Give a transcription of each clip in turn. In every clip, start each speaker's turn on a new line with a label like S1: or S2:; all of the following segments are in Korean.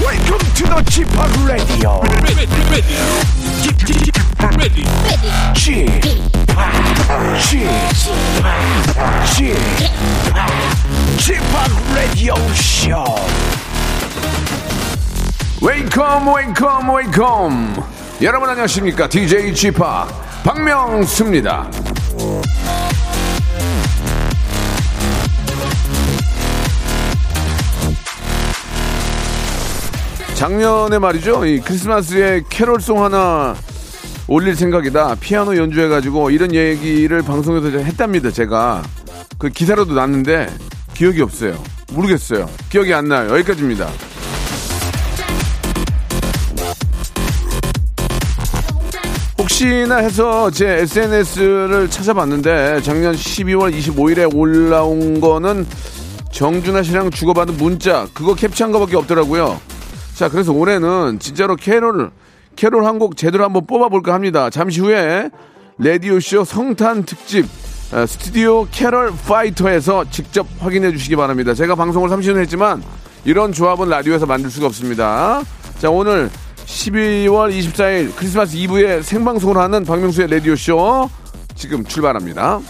S1: Welcome to the g p o p Radio.
S2: ready, ready, ready, ready.
S1: g p o p g p o p g p o p Radio Show.
S3: 웨이컴 웨이컴 웨이컴 여러분 안녕하십니까 DJ g p o p 박명수입니다 작년에 말이죠 이 크리스마스에 캐롤송 하나 올릴 생각이다 피아노 연주해가지고 이런 얘기를 방송에서 제가 했답니다 제가 그 기사로도 났는데 기억이 없어요 모르겠어요 기억이 안 나요 여기까지입니다 혹시나 해서 제 SNS를 찾아봤는데 작년 12월 25일에 올라온 거는 정준하 씨랑 주고받은 문자 그거 캡처한 거밖에 없더라고요. 자 그래서 올해는 진짜로 캐롤 캐롤 한 곡 제대로 한번 뽑아볼까 합니다. 잠시 후에 레디오 쇼 성탄 특집 어, 스튜디오 캐럴 파이터에서 직접 확인해 주시기 바랍니다. 제가 방송을 30년 했지만 이런 조합은 라디오에서 만들 수가 없습니다. 자 오늘 12월 24일 크리스마스 이브에 생방송을 하는 박명수의 라디오 쇼 지금 출발합니다.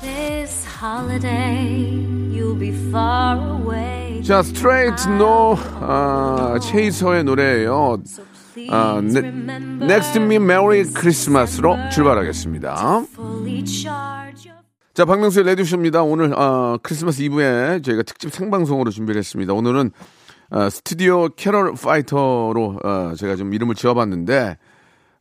S4: This holiday, you'll be far away.
S3: 자 스트레이트 노 아, 체이서의 노래예요.
S4: So please
S3: 아, 네,
S4: remember
S3: 넥스트 미 메리 크리스마스로 출발하겠습니다.
S4: Fully charge your
S3: 자, 박명수의 레디쇼입니다. 오늘 어, 크리스마스 이브에 저희가 특집 생방송으로 준비를 했습니다. 오늘은 어, 스튜디오 캐럴 파이터로 어, 제가 좀 이름을 지어봤는데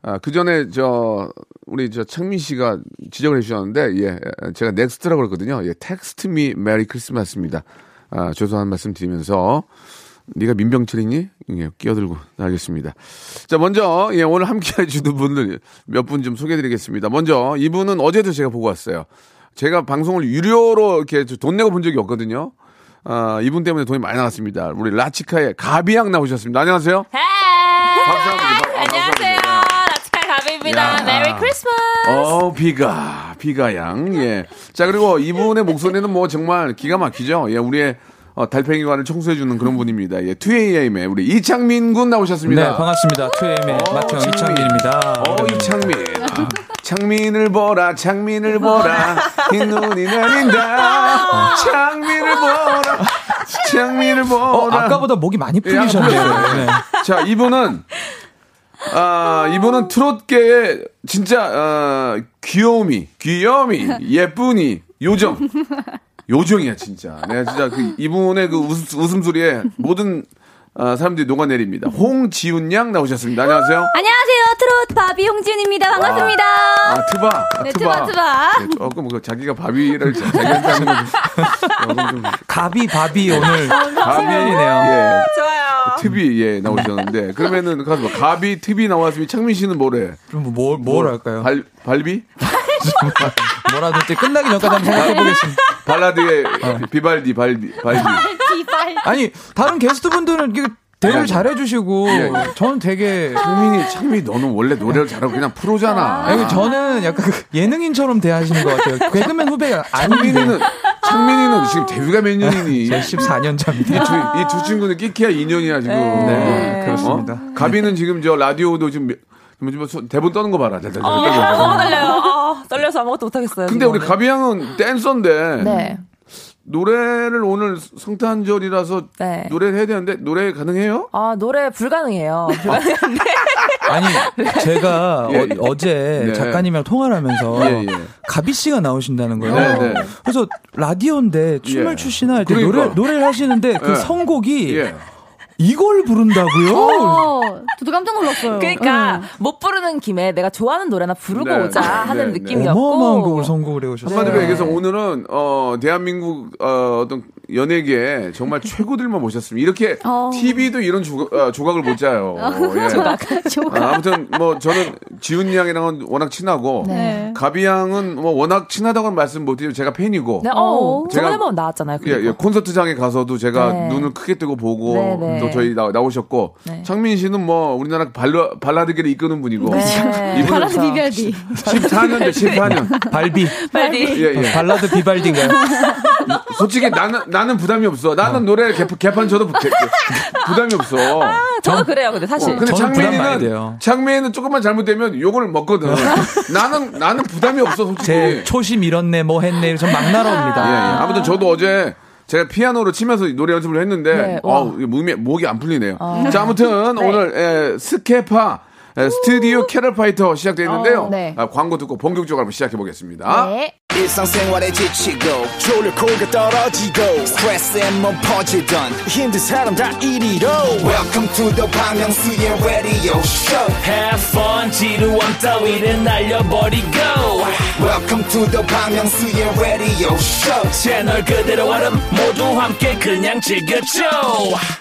S3: 아, 그 전에 저 우리 저 창민 씨가 지적을 해주셨는데 예, 제가 넥스트라고 그랬거든요. 예, 텍스트 미 메리 크리스마스입니다. 아, 죄송한 말씀 드리면서 네가 민병철이니? 예, 끼어들고 알겠습니다. 자, 먼저 예, 오늘 함께 해주는 분들 몇 분 좀 소개해드리겠습니다. 먼저 이분은 어제도 제가 보고 왔어요. 제가 방송을 유료로 이렇게 저돈 내고 본 적이 없거든요. 아, 이분 때문에 돈이 많이 나갔습니다. 우리 라치카의 가비양 나오셨습니다. 안녕하세요. 박수 한번 주세요. 박-
S5: 안녕하세요.
S3: 박수 한번 주세요.
S5: 라치카
S3: 아, 야.
S5: 가비입니다. 메리 크리스마스.
S3: 어, 비가, 비가양. 예. 자, 그리고 이분의 목소리는 뭐 정말 기가 막히죠. 예, 우리의 어, 달팽이관을 청소해주는 그런 분입니다. 예, 2AM의 우리 이창민 군 나오셨습니다.
S6: 네, 반갑습니다. 2AM의 마태형 이창민입니다. 네,
S3: 어, 이창민. 아, 창민을 보라, 창민을 보라. 흰 눈이
S6: 아.
S3: 내린다. 창민을 보라, 창민을
S6: 어,
S3: 보라.
S6: 아까보다 목이 많이
S3: 예, 아,
S6: 풀리셨네요.
S3: 불러요.
S6: 네.
S3: 자, 이분은 아, 이분은 트롯계의 진짜 아, 귀여움이, 귀여움이, 예쁘니, 요정. 요정이야, 진짜. 내가 진짜 그 이분의 그 웃음, 웃음소리에 모든 아, 사람들이 녹아내립니다. 홍지훈 양 나오셨습니다. 안녕하세요.
S7: 안녕하세요. 트롯 바비 홍지윤입니다. 반갑습니다.
S3: 아, 트바. 아,
S7: 네, 트바, 트바.
S3: 네, 조금 그 자기가 바위를 자- 자기한테 하는 거 조금 좀
S6: 가비, 바비 오늘 가비이네요.
S3: 예.
S5: 좋아요.
S3: 트비 예 나오셨는데 그러면은 가서 봐. 가비 트비 나왔으면 창민 씨는 뭐래?
S6: 그럼 뭐, 뭘 할까요?
S3: 발 발비?
S6: 뭐라도 이제 끝나기 전까지 한번 생각해 보겠습니다.
S3: 발라드의
S6: 어.
S3: 비발디 발디 발디.
S6: 아니, 다른 게스트분들은 이게 대를
S3: 예.
S6: 잘해 주시고
S3: 예,
S6: 저는 되게
S3: 창민이 창민 너는 원래 노래를 잘하고 그냥 프로잖아.
S6: 아니, 저는 약간 그 예능인처럼 대하시는 것 같아요. 개그맨 후배가 아닌데
S3: 창민이는 창민이는 지금 데뷔가 몇 년이니?
S6: 네. 아. 제 14년 차입니다.
S3: 이 두 친구는 끼키야 인연이야 지금.
S6: 네,
S3: 어?
S6: 그렇습니다.
S3: 가비는 지금 저 라디오도 지금 몇- 지금 저 대본 떠는 거 봐라. 잘, 잘, 잘,
S5: 어,
S3: 잘, 잘.
S5: 너무 떨려요. 아, 떨려서 아무것도 못하겠어요.
S3: 근데
S5: 지금
S3: 우리 가비 양은 댄서인데
S5: 네.
S3: 노래를 오늘 성탄절이라서
S5: 네.
S3: 노래를 해야 되는데 노래 가능해요?
S5: 아, 노래 불가능해요. 불가능한데.
S6: 아니, 제가
S3: 예, 예.
S6: 어, 제
S3: 네.
S6: 작가님이랑 통화를 하면서
S3: 예, 예.
S6: 가비 씨가 나오신다는 거예요.
S3: 네, 네.
S6: 그래서 라디오인데 춤을
S3: 예.
S6: 추시나 할 때
S3: 그러니까.
S6: 노래, 노래를 하시는데 그
S3: 예.
S6: 선곡이
S5: 네.
S3: 예.
S6: 이걸 부른다고요?
S7: 어, 저도 깜짝 놀랐어요.
S5: 그러니까
S6: 음.
S5: 못 부르는 김에 내가 좋아하는 노래나 부르고
S3: 네,
S5: 오자
S3: 네,
S5: 하는
S3: 네,
S5: 느낌이었고.
S6: 어마어마한 곡을 선곡을 해오셨어요.
S3: 한마디로
S5: 네.
S3: 얘기해서 오늘은 어 대한민국 어, 어떤 연예계 정말 최고들만 모셨습니다. 이렇게
S7: 어.
S3: TV도 이런 조, 어, 조각을 못 짜요.
S5: 아,
S3: 예.
S7: 좋아.
S3: 아, 무튼뭐 저는 지훈 양이랑은 워낙 친하고
S7: 네.
S3: 가비 양은 뭐 워낙 친하다고는 말씀 못 드리고 제가 팬이고
S5: 네, 어,
S3: 제가-
S5: 저번에 한번 나왔잖아요.
S3: 예,
S5: 그리고.
S3: 예, 콘서트장에 가서도 제가
S5: 그러니까. 네.
S3: 눈을 크게 뜨고 보고
S5: 네, 네.
S3: 또 저희 나, 나오셨고
S5: 네.
S3: 창민 씨는 뭐 우리나라 발라, 발라드계를 이끄는 분이고
S5: 네.
S3: 이분은
S7: 바라드 비비알디.
S3: 14년 대 14년
S6: 발비.
S5: 빨리.
S3: 예, 예.
S6: 발라드 비발디인가요?
S3: 솔직히 나는 나는 부담이 없어. 나는 노래 개판, 개판 쳐도 부- 개- 부담이 없어.
S5: 저도 그래요, 근데
S3: 어,
S5: 아, 사실.
S3: 근데
S6: 저는 부담 많이
S3: 장미는
S6: 돼요.
S3: 장미는 조금만 잘못되면 욕을 먹거든. 나는 나는 부담이 없어 솔직히.
S6: 제 초심 잃었네 뭐 했네 전막
S3: 예, 예.
S6: 나라옵니다.
S3: 아무튼 저도 어제 제가 피아노로 치면서 노래 연습을 했는데
S5: 네, 와.
S3: 어우, 이게 몸이 목이 안 풀리네요. 자, 아무튼 오늘 에, 스케파 에, 스튜디오 캐럴 파이터 시작되는데요.
S7: 어, 네.
S3: 아, 광고 듣고 본격적으로 한번 시작해 보겠습니다.
S7: 네.
S8: 일상생활에 지치고, 졸려 코가 떨어지고, 스트레스에 몸 퍼지던, 힘든 사람 다 이리로. welcome to the Bang Myung-soo's radio show
S2: Have fun 지루한 따위를 날려버리고
S8: welcome to the Bang Myung-soo's radio show
S2: 채널 그대로 얼음 모두 함께 그냥 즐겨줘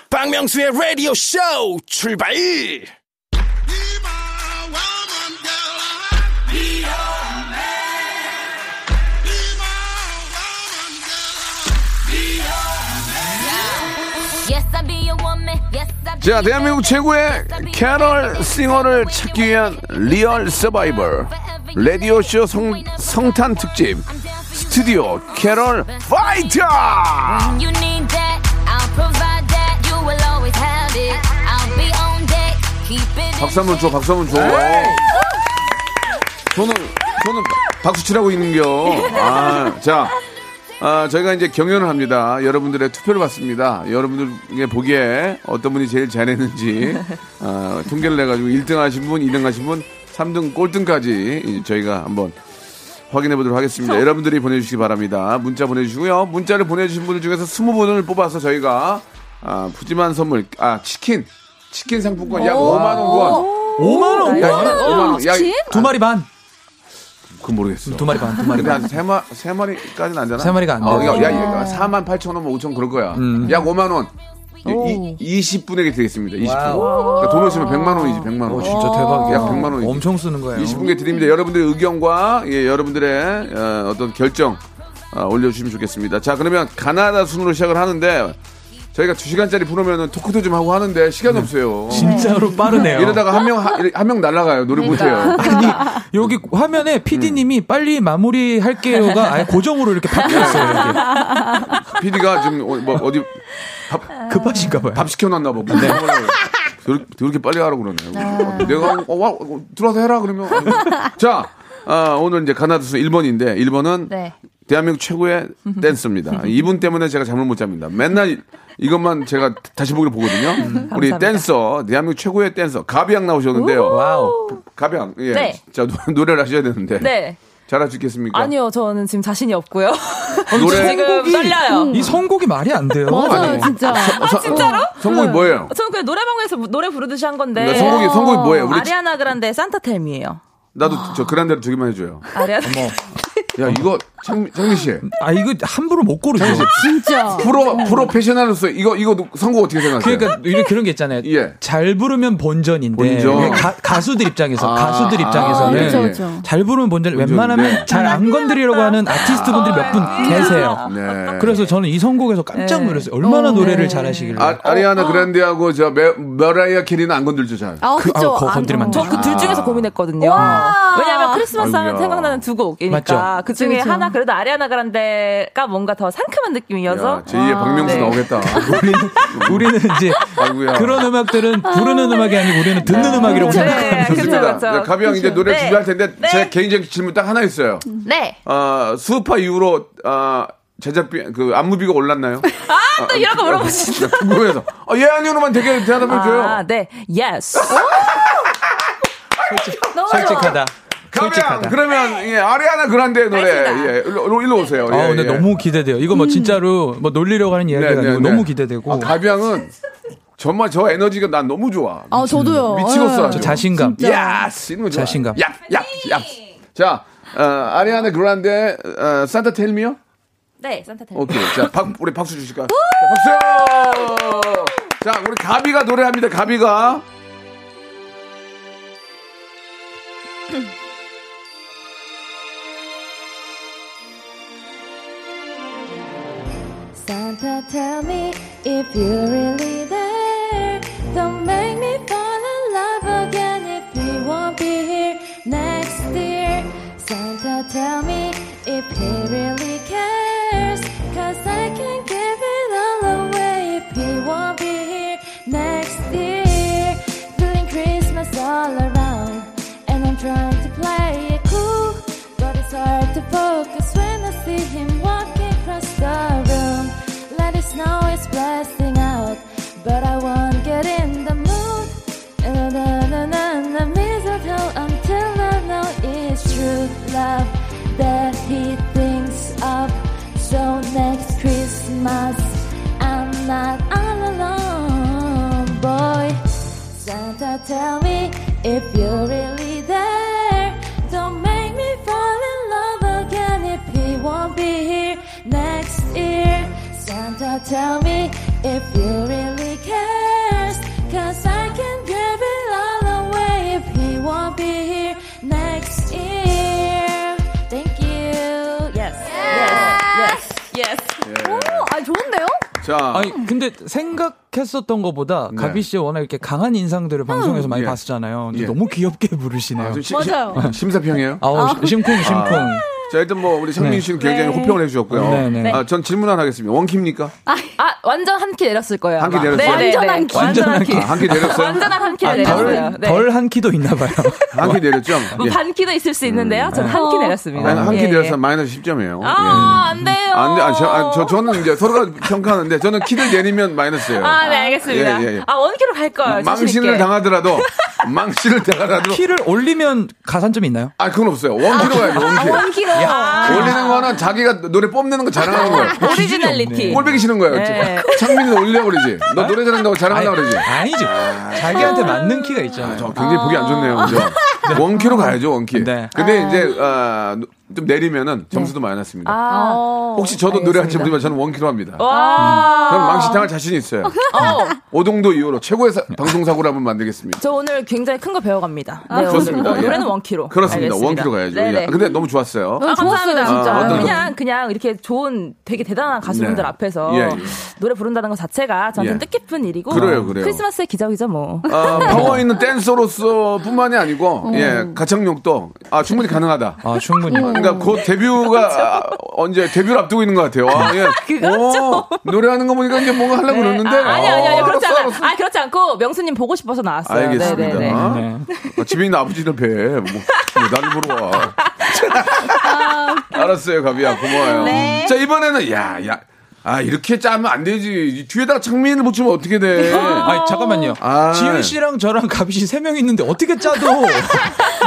S2: 박명수의 라디오 쇼 출발
S4: Yes, I be a woman. Yes, I be
S3: 자, 대한민국 최고의 캐럴 싱어를 찾기 위한 리얼 서바이벌 라디오 쇼 성, 성탄 특집 스튜디오 캐럴 파이터!
S4: You need that. I'll provide that. You will always have it. I'll be on deck. Keep it. in
S3: 박수 한번 줘, 박수 한번 줘. 저는, 저는 박수 치라고 있는겨. 아, 자. 아, 저희가 이제 경연을 합니다. 여러분들의 투표를 받습니다. 여러분들의 보기에 어떤 분이 제일 잘했는지, 아, 통계를 내가지고 1등 하신 분, 2등 하신 분, 3등 꼴등까지 이 저희가 한번 확인해 보도록 하겠습니다. 여러분들이 보내주시기 바랍니다. 문자 보내주시고요. 문자를 보내주신 분들 중에서 20분을 뽑아서 저희가 아, 푸짐한 선물, 아, 치킨, 치킨 상품권 약 5만원권.
S6: 5만 원.
S3: 예. 야, 5만원. 야,
S7: 치킨?
S6: 두 마리 반.
S3: 그건 모르겠어.
S6: 두 마리 반. 두 마리
S3: 근데
S6: 반.
S3: 한세 마, 세 마리까지는 안 되나?
S6: 세 마리가 안
S3: 어,
S6: 돼요. 음.
S3: 그러니까 야, 야, 4만 8천 원, 5천 그럴 거야. 약 5만 원. 이, 20분에게 드리겠습니다. 20분. 그러니까 돈 없으면 100만 원이지, 100만 원.
S6: 오, 어, 진짜 대박이야.
S3: 약 100만 원이지.
S6: 엄청 쓰는 거예요.
S3: 20분께 드립니다. 여러분들의 의견과 예, 여러분들의 어, 떤 결정 아, 올려주시면 좋겠습니다. 자, 그러면 가나다 순으로 시작을 하는데 저희가 2시간짜리 부르면 토크도 좀 하고 하는데 시간이 없어요.
S6: 네. 진짜로 빠르네요.
S3: 이러다가 한 명, 한 명 날아가요. 노래 못해요.
S6: 아니 여기 화면에
S3: 음.
S6: PD님이 빨리 마무리할게요가 아예 고정으로 이렇게 바뀌어 있어요.
S3: PD가 지금 어, 뭐 어디
S6: 이렇게. 급하신가 봐요.
S3: 밥 시켜놨나 봐. 네. 그렇게 빨리 하라고 그러네. 내가 어, 와, 어, 들어와서 해라 그러면. 자, 아, 오늘 이제 가나다수 1번인데 1번은
S7: 네.
S3: 대한민국 최고의 댄스입니다. 이분 때문에 제가 잠을 못 잡니다. 맨날 이것만 제가 다시 보기를 보거든요. 우리
S5: 음, 감사합니다.
S3: 댄서, 대한민국 최고의 댄서 가비양 나오셨는데요.
S6: 와우.
S3: 가비양, 예.
S5: 네.
S3: 자 노, 노래를 하셔야 되는데
S5: 네.
S3: 잘하시겠습니까? 어,
S5: 아니요, 저는 지금 자신이 없고요.
S3: 그러니까. 노래-
S5: 지금 떨려요.
S6: 이 음. 선곡이 말이 안 돼요.
S7: 맞아요, 진짜.
S3: 진짜로? 성공이 어, 뭐예요?
S5: 저는 그냥 노래방에서 노래 부르듯이 한 건데.
S3: 그러니까 성공이 성공이 뭐예요? 우리 지-
S5: 네. 아리아나 그란데 산타텔미예요.
S3: 나도 저 그란데로 저기만 해줘요.
S5: 아리아나.
S3: 야 이거 창미, 창미 씨.
S6: 아 이거 함부로 못 고르죠.
S7: 진짜.
S3: 프로 프로페셔널로서 이거 이거 누- 선곡 어떻게 생각하세요?
S6: 그러니까 이런 그런 게 있잖아요.
S3: 예.
S6: 잘 부르면 본전인데 예,
S3: 본전.
S6: 가, 수들 입장에서
S3: 아,
S6: 가수들
S3: 아,
S6: 입장에서는
S3: 그렇죠,
S7: 그렇죠.
S6: 잘 부르면 본전. 웬만하면 잘 안 건드리려고 하는 아티스트 분들이 몇 분 계세요.
S3: 네.
S6: 그래서 저는 이 선곡에서 깜짝 놀랐어요. 얼마나 노래를 잘하시길래.
S3: 아, 아리아나 그란데하고 저 메, 머라이어 캐리는 안 건들죠 잘.
S7: 아,
S6: 그-
S7: 그쵸.
S6: 아, 그거 건드리면 안
S5: 저 그 둘 중에서 고민했거든요.
S7: 아. 와.
S5: 왜냐하면 크리스마스 하면
S3: 아니야.
S5: 생각나는 두 곡이니까
S6: 맞죠.
S5: 그 중에
S7: 그쵸, 그쵸.
S5: 하나 그래도 아리아나 그란데가 뭔가 더 상큼한 느낌이어서
S3: 야, 제2의 박명수
S5: 네.
S3: 나오겠다.
S6: 우리는, 우리는 이제
S3: 아이고야.
S6: 그런 음악들은 부르는 음악이 아니고 우리는 듣는 음악이라고
S5: 네.
S6: 생각하면서
S5: 그쵸,
S3: 좋습니다.
S5: 그쵸.
S3: 네, 가비 형 이제 노래
S5: 네.
S3: 준비할 텐데
S5: 네.
S3: 제 개인적인 질문 딱 하나 있어요.
S5: 네.
S3: 아, 수우파 이후로 아, 제작비 그 안무비가 올랐나요?
S5: 아 또 이런 거 물어보시죠.
S3: 나 궁금해서. 아, 예 아니요로만 되게 대답해 줘요.
S5: 아, 네. Yes.
S7: 어?
S6: 솔직하다.
S3: 가비 형
S6: 솔직하다.
S3: 그러면 예, 아리아나 그란데 노래
S5: 알겠습니다.
S3: 예, 일로, 일로 오세요.
S6: 아,
S3: 예,
S6: 근데
S3: 예.
S6: 너무 기대돼요. 이거 뭐 진짜로 뭐 놀리려고 하는 이야기가
S3: 네, 네,
S6: 아니고
S3: 네.
S6: 너무 기대되고.
S3: 아, 가비양은 정말 저 에너지가 난 너무 좋아.
S7: 아, 저도요.
S3: 미치겠어.
S7: 예.
S3: 아주.
S6: 저 자신감.
S3: 야스 이런 거 좋아.
S6: 자신감.
S3: 야, 야, 야. 자, 어, 아리아나 그란데 어, 산타 텔미요?
S5: 네, 산타텔미.
S3: 오케이. 자, 박, 우리 박수 주실까요? 자, 박수! 자, 우리 가비가 노래합니다. 가비가.
S4: Santa, tell me if you're really there. Don't make me fall in love again if he won't be here next year. Santa, tell me if he really cares. Cause I can't give it dear. Feeling Christmas all around, and I'm trying to play it cool, but it's hard to focus when I see him walking across the room. Let it snow is blasting out, but I won't get in the mood. Na na na na na, mistletoe until I know it's true love that he thinks of. So next Christmas, I'm not all alone, boy. Santa, tell me if you're really there. Don't make me fall in love again if he won't be here next year. Santa, tell me if you really cares. Cause I can give it all away if he won't be here next year. Thank you. Yes.
S5: Yes. Yes.
S7: 오, 아 좋은데요?
S3: 자,
S6: 아니 근데 생각했었던 것보다 가비 씨의 워낙 이렇게 강한 인상들을 방송에서 많이
S3: 네. 예.
S6: 봤었잖아요. 근데
S3: 예.
S6: 너무 귀엽게 부르시네요.
S3: 좀 시-
S7: 맞아요.
S3: 시- 심사평이에요?
S6: 아우 어, 심쿵 심쿵.
S3: 자, 일단 뭐 우리 상민 씨는 굉장히 호평을 해주셨고요.
S6: 네, 네.
S3: 아, 전 질문 하나 하겠습니다. 원키입니까?
S5: 아 완전 한 키 내렸을 거예요.
S3: 한키
S5: 아마.
S3: 내렸어요?
S5: 네, 네,
S7: 완전
S5: 네.
S7: 한 키.
S5: 완전 한 키.
S3: 아, 한키 내렸어요? 아,
S5: 완전한 한 키를 내렸어요.
S6: 덜,
S5: 네.
S6: 덜한 키도 있나 봐요.
S3: 한 키 내렸죠?
S5: 뭐
S3: 예.
S5: 반키도 있을 수 있는데요. 저는 한 키 내렸습니다.
S3: 네. 아, 한 키
S5: 예,
S3: 내렸어요.
S5: 예.
S3: 마이너스 10점이에요.
S5: 아, 안 돼요.
S3: 안 돼, 아, 저, 아, 저, 저는 이제 서로가 평가하는데 저는 키를 내리면 마이너스예요.
S5: 아, 네, 알겠습니다.
S3: 예, 예, 예.
S5: 아, 원키로 갈 걸.
S3: 망신을 당하더라도, 망신을 당하더라도,
S6: 키를 올리면 가산점이 있나요?
S3: 아, 그건 없어요. 원키로 가야죠, 원키.
S5: 아,
S7: 원키로.
S3: 올리는 거는 자기가 노래 뽐내는 거 자랑하는 거예요.
S5: 오리지널리티.
S3: 꼴배기 싫은 거예요.
S5: 아, 네.
S3: 창민이 올려 그러지. 너 노래 잘한다고 자랑한다고 그러지.
S6: 아니지. 자기한테 맞는 키가 있잖아요.
S3: 저그 굉장히 보기 안 좋네요. 그죠? 원키로 가야죠, 원키.
S6: 네.
S3: 근데 이제, 아, 좀 내리면은 점수도 많이 났습니다.
S5: 네. 아.
S3: 혹시 저도 노래할지 모르지만 저는 원키로 합니다.
S5: 와.
S3: 그럼 망신당할 자신
S5: 아,
S3: 있어요. 오동도 이후로 최고의 사- 방송사고를 한번 만들겠습니다.
S5: 저 오늘 굉장히 큰 거 배워갑니다. 네,
S3: 좋습니다.
S5: 오늘
S3: 예.
S5: 노래는 원키로.
S3: 그렇습니다.
S5: 알겠습니다.
S3: 원키로 가야죠.
S5: 네네. 아,
S3: 예. 근데 너무 좋았어요.
S7: 너무 좋았어요,
S5: 감사합니다.
S7: 진짜.
S3: 아, 어떤
S5: 그냥 그냥 이렇게 좋은 되게 대단한 가수분들
S3: 네.
S5: 앞에서
S3: 예, 예.
S5: 노래 부른다는 것 자체가 저한테
S3: 예.
S5: 는 뜻깊은 일이고
S3: 그래요, 그래요.
S5: 크리스마스의 기적이죠 뭐.
S3: 아, 파워 있는 댄서로서뿐만이 아니고
S5: 어.
S3: 예 가창력도 아 충분히 가능하다.
S6: 아, 충분히.
S5: 어.
S3: 그러니까 곧 데뷔가
S5: 그렇죠.
S3: 아, 언제 데뷔를 앞두고 있는 것 같아요. 아, 예. 오, 노래하는 거 보니까 이제 뭔가 하려고 그러는데
S5: 아, 아니 아니 아니
S3: 어,
S5: 그렇지
S3: 알았어,
S5: 않아.
S3: 알았어.
S5: 아 그렇지 않고 명수님 보고 싶어서 나왔어요.
S3: 알겠습니다.
S5: 네네네.
S3: 아,
S6: 네.
S3: 아, 집에 있는 아버지는 배. 뭐, 뭐 나를 보러 와.
S5: 아.
S3: 알았어요, 가비야. 고마워요.
S5: 네.
S3: 자, 이번에는, 야, 야. 아, 이렇게 짜면 안 되지. 이 뒤에다가 창민을 붙이면 어떻게 돼.
S6: 아니 잠깐만요.
S3: 아.
S6: 지윤 씨랑 저랑 가비 씨 세 명 있는데 어떻게 짜도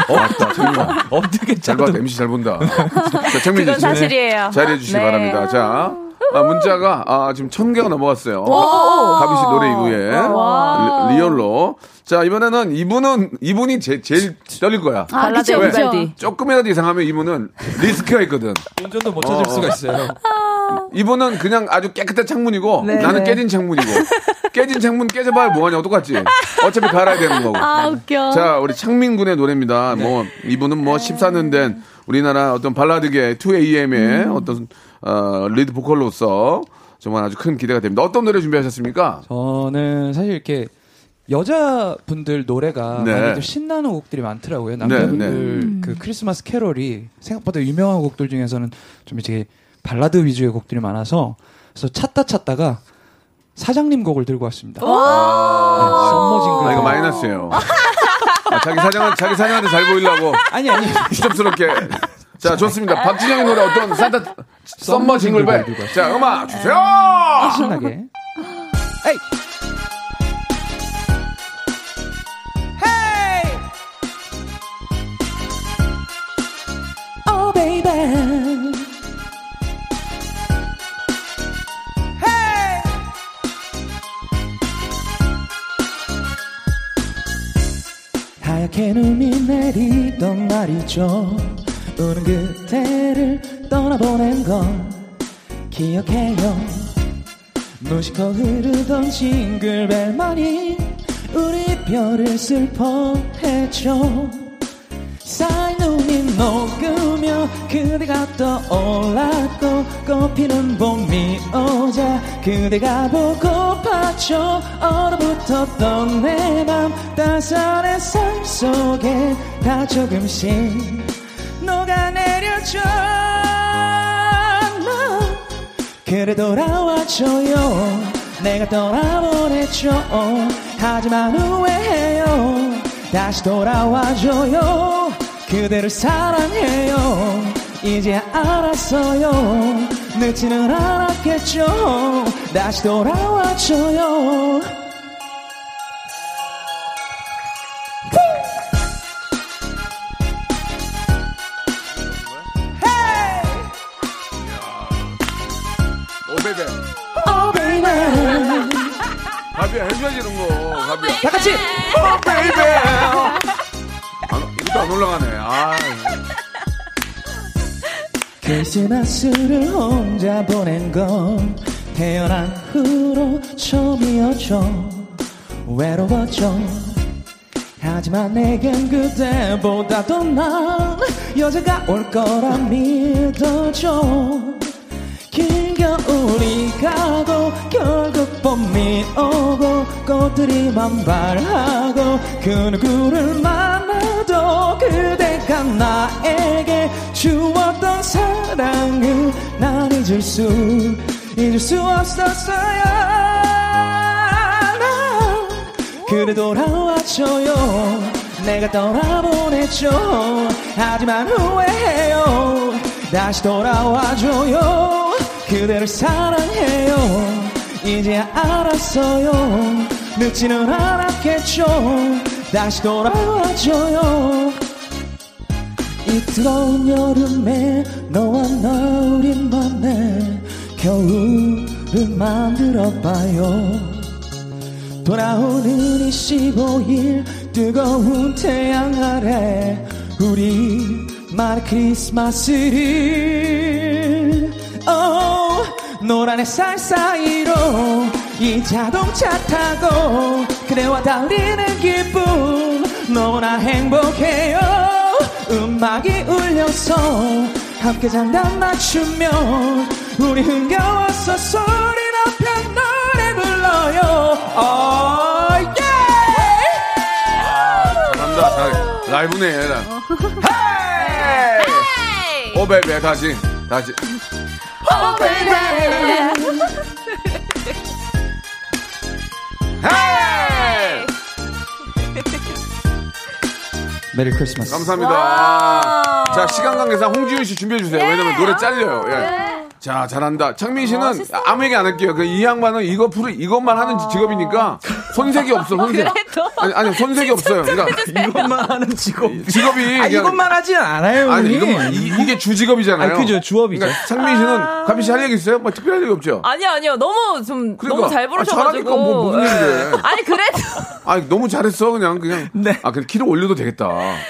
S3: 맞다, 정말.
S6: 어떻게
S3: 잘
S6: 짜도
S3: 봤다. MC 잘 본다. 자, 창민
S5: 그건
S3: 씨.
S5: 사실이에요.
S3: 자리해 주시기
S5: 네.
S3: 바랍니다. 자. 아, 문자가, 아, 지금 천 개가 넘어갔어요. 가비 씨 노래 이후에. 리, 리얼로. 자, 이번에는 이분은, 이분이 제, 제일 떨릴 거야.
S7: 아,
S5: 발라드
S7: 그쵸,
S3: 왜?
S7: 그쵸.
S5: 비발디.
S3: 조금이라도 이상하면 이분은 리스크가 있거든.
S6: 운전도 못 찾을 수가 있어요.
S3: 이분은 그냥 아주 깨끗한 창문이고 나는 깨진 창문이고 깨진 창문 깨져봐야 뭐하냐 똑같지 어차피 갈아야 되는 거고
S7: 아, 웃겨.
S3: 자 우리 창민 군의 노래입니다 뭐 이분은 뭐 14년 된 우리나라 어떤 발라드계 2AM의 어떤 어, 리드 보컬로서 정말 아주 큰 기대가 됩니다 어떤 노래 준비하셨습니까
S6: 저는 사실 이렇게 여자분들 노래가
S3: 네.
S6: 많이 좀 신나는 곡들이 많더라고요. 남자분들 그 크리스마스 캐럴이 생각보다 유명한 곡들 중에서는 좀 이제 발라드 위주의 곡들이 많아서 그래서 찾다 찾다가 사장님 곡을 들고 왔습니다. 네, 썸머징글.
S3: 아 이거 마이너스예요 아, 자기 사장한 자기 사장한테 잘 보이려고
S6: 아니 아니.
S3: 추접스럽게 자 좋습니다 박진영의 노래 어떤 산타 썸머 징글벨 자 음악 주세요
S6: 신나게. 에이. 하얗게 눈이 내리던 날이죠 우는 그대를 떠나보낸 건 기억해요 무심코 흐르던 징글벨만이 우리 별을 슬퍼했죠 쌓인 눈이 녹으며 그대가 떠올랐고 꽃피는 봄이 오자 그대가 보고팠죠 얼어붙었던 내 맘 따스한 삶 속에 다 조금씩 녹아내려져 너 그래 돌아와줘요
S9: 내가 떠나보냈죠 하지만 후회해요 다시 돌아와줘요 그대를 사랑해요 이제 알았어요 늦지는 않았겠죠 다시 돌아와줘요
S3: 오베베.
S9: Oh baby
S3: 가비 해줘야지 이런 거. 가비.
S9: 다 같이
S3: 어, 베이베. 안, 이것도 안 올라가네. 아,
S9: 크리스마스를 혼자 보낸 건 태어난 후로 처음이었죠 외로웠죠 하지만 내겐 그때보다 더난 여자가 올 거라 믿어줘 긴 겨울이 가고 결국 봄이 오고 꽃들이 만발하고 그 누구를 만나도 그대가 나에게 주었던 사랑을 난 잊을 수 잊을 수 없었어요 난 그래 돌아와줘요 내가 떠나보냈죠 하지만 후회해요 다시 돌아와줘요 그대를 사랑해요 이제 알았어요 늦지는 않았겠죠 다시 돌아와줘요 이 뜨거운 여름에 너와 나 우린 밤에 겨울을 만들어봐요 돌아오는 이 15일 뜨거운 태양 아래 우리 마을 크리스마스를 oh, 노란 햇살 사이로 이 자동차 타고 그대와 달리는 기쁨 너무나 행복해요 음악이 울려서 함께 장단 맞추며 우리 흥겨워서 소리 높여 노래 불러요 oh, yeah!
S3: 잘한다. 잘, 라이브네. 라. 헤이! 오베베, 다시. 다시. 헤이!
S9: 메리 크리스마스
S3: 감사합니다. 자, 시간 관계상 홍지윤 씨 준비해주세요. 왜냐면 노래 잘려요. 예. 자, 잘한다. 창민 씨는 아무 얘기 안 할게요. 그냥 이 양반은 이거 프로, 이것만 하는 직업이니까 손색이 없어, 손색. 아니, 아니, 손색이 없어요. 그러니까
S9: 이것만 하는 직업
S3: 직업이
S9: 아,
S3: 그냥-
S9: 이것만 하진 않아요
S3: 아니
S9: 형님.
S3: 이건 이, 이게 주 직업이잖아요.
S9: 아니, 그죠, 주업이죠.
S3: 그러니까 창민 씨는 가빈 씨할 얘기 있어요? 뭐 특별한 얘기 없죠?
S5: 아니 아니요 너무 좀
S3: 그러니까.
S5: 너무 잘
S3: 아, 잘하니까
S5: 부르셔가지고
S3: 뭐 무슨 일인데.
S5: 예. 아니 그래도
S3: 아 너무 잘했어 그냥 그냥.
S9: 네.
S3: 아 그냥 키를 올려도 되겠다.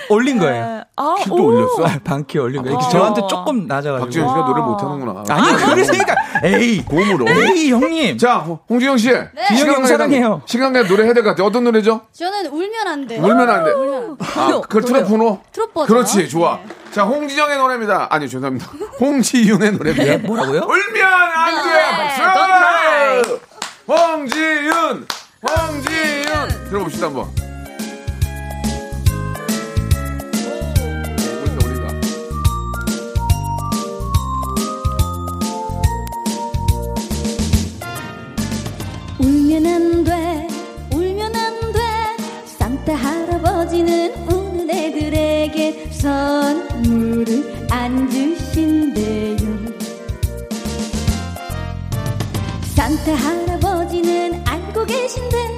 S9: 올린 거예요
S5: 아,
S3: 키도
S5: 오.
S3: 네. 올렸어.
S9: 반키 올린 거예요 이게
S5: 아.
S9: 저한테
S3: 박지현
S9: 조금 낮아가지고
S3: 씨가 노래 를 못하는구나.
S9: 아니 그러니까 에이
S3: 고음으로.
S9: 에이 형님
S3: 자 홍- 홍진영 씨.
S9: 진영이 형 사랑해요.
S3: 시간 내 노래 해야 될 것 같아. 어떤 노래죠?
S4: 저는 울면 안 돼.
S3: 울면 안 돼.
S4: 울면 안 돼.
S3: 아 그걸
S5: 노래요.
S3: 트로프노.
S4: 트롯 버전.
S3: 그렇지 좋아. 자 홍진영의 노래입니다. 아니 죄송합니다. 홍지윤의 노래입니다.
S9: 뭐라고요?
S3: 울면 안 돼. 박수. 홍지윤. 홍지윤. 들어봅시다 한번. 우리가 우리가.
S7: 울면 안 돼, 울면 안 돼. 산타 할아버지는 우는 애들에게 선물을 안 주신대요. 산타 할아버지는 알고 계신데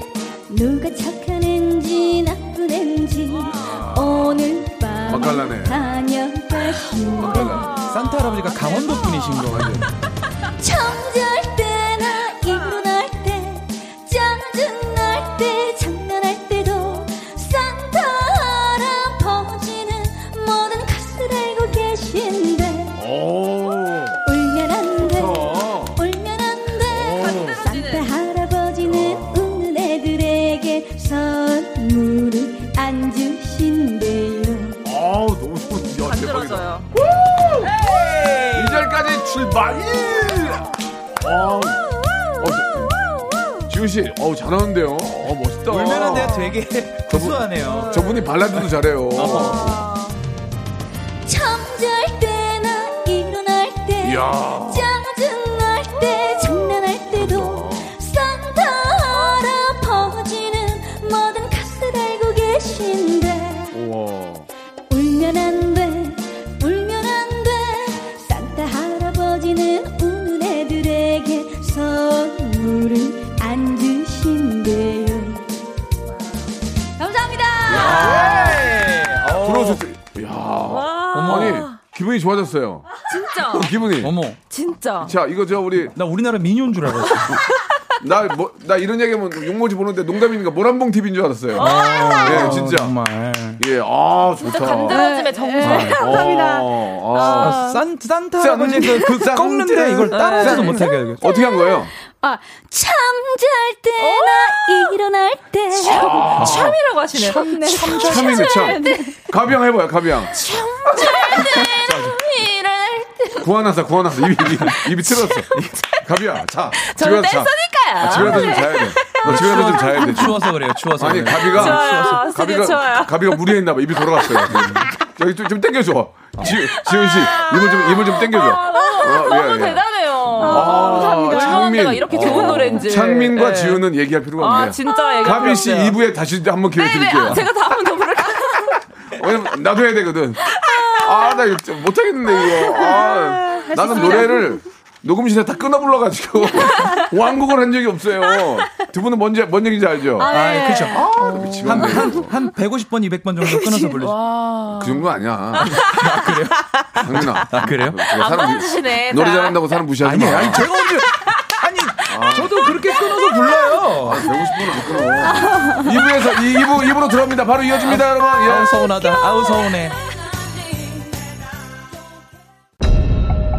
S7: 누가 착한 앤지 나쁜 앤지 오늘
S3: 맛깔나네.
S7: 밤 다녀가신대.
S9: 산타 할아버지가 강원도 분이신 거 같아요
S7: 청절 때나 입문할 때 짜증날 때 장난할 때도 산타 할아버지는 뭐든 값을 알고 계신데
S3: 오.
S7: 울면 안돼
S3: 어.
S7: 울면 안돼 산타 할아버지는 우는 애들에게 선물을 안 주신대요
S3: 아우 어, 너무 좋- 야, 대박이다.
S5: 만들어져요.
S3: 2절까지 출발. 어. 지훈 씨, 어우 잘하는데요. 어 멋있다.
S9: 울면 안 돼. 되게
S6: 어.
S9: 구수하네요
S3: 저분이 발라드도 잘해요.
S7: 잠잘 때나 일어날 때
S3: 이야.
S7: 짜증날 때 장난할 때도 산타
S3: 아니 기분이 좋아졌어요.
S5: 진짜
S3: 기분이.
S6: 어머,
S5: 진짜
S3: 자 이거 저 우리
S6: 나 우리나라 미니온 줄 알았어.
S3: 나 뭐 나 이런 얘기하면 용모지 보는데 농담이니까 모란봉 TV인 줄 알았어요. 예, 진짜.
S6: 정말.
S3: 예, 아 어. 좋다.
S5: 간드러짐의 정신
S3: 감사합니다.
S6: 아, 산 산타
S3: 어. 산-
S6: 할아버지 그, 그
S3: 산타.
S6: 꺾는데 이걸 따라서
S3: 산-
S6: 못하게 하겠어.
S3: 어떻게 한 거예요?
S7: 아, 잠잘 때나 일어날 때.
S5: 참이라고 하시네
S3: 참이네 참. 가비양 해봐요 가비양.
S5: 참이를
S3: 구하나사 구하나사 입이 입이, 입이 틀었어. 가비야 자.
S5: 저는
S3: 집에 가서 자. 아,
S5: 댄서니까요 네.
S3: 집에 가서 좀 자야 돼. 너 집에 가서 좀 자야 돼.
S6: 추워서 그래요. 추워서.
S3: 아니
S6: 그래요.
S3: 가비가
S5: 좋아요. 스튜디오
S3: 가비가
S5: 좋아요.
S3: 가비가 무리했나 봐. 입이 돌아갔어요. 여기 좀, 좀 땡겨줘. 지, 지은 씨 입을 좀 입을 좀 땡겨줘. 어,
S5: 아, 너무 대단해요
S3: 아, 감사합니다.
S5: 얼마나 내가 이렇게 좋은 노래인지
S3: 어, 창민과
S5: 예.
S3: 지우는 얘기할 필요가 없네요.
S5: 아 진짜 얘기
S3: 가비 씨 2부에 다시 한번 기회
S5: 네, 네.
S3: 드릴게요.
S5: 아, 제가 다음은 더 부를까요?
S3: 왜냐면 나도 해야 되거든. 아, 나 이거 진짜 못하겠는데, 이거. 아, 나는 노래를 녹음실에 다 끊어 불러가지고 왕곡을 한 적이 없어요. 두 분은 뭔지, 뭔 얘기인지 알죠?
S6: 아, 예, 그렇죠.
S3: 미치겠네. 이거.
S6: 한 150번, 200번 정도 끊어서 불러.
S3: 그 정도 아니야. 그래요? 장난아.
S6: 아, 그래요?
S5: 안 받아주시네
S3: 노래
S5: 자.
S3: 잘한다고 사람 무시하지
S6: 아니,
S3: 마.
S6: 아니 제가 언제 아니 저도 그렇게 끊어서
S3: 아,
S6: 불러요.
S3: 150분은 못 끊어. 2부에서, 2부, 2부로 들어옵니다. 바로 이어집니다, 여러분. 예.
S6: 아우 서운하다. 아우 서운해.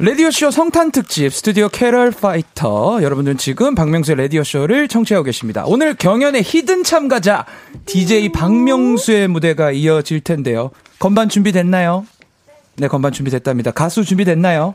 S6: 라디오쇼 성탄 특집 스튜디오 캐럴 파이터 여러분들은 지금 박명수의 라디오쇼를 청취하고 계십니다. 오늘 경연의 히든 참가자 DJ 박명수의 무대가 이어질 텐데요. 건반 준비됐나요? 네, 건반 준비됐답니다. 가수 준비됐나요?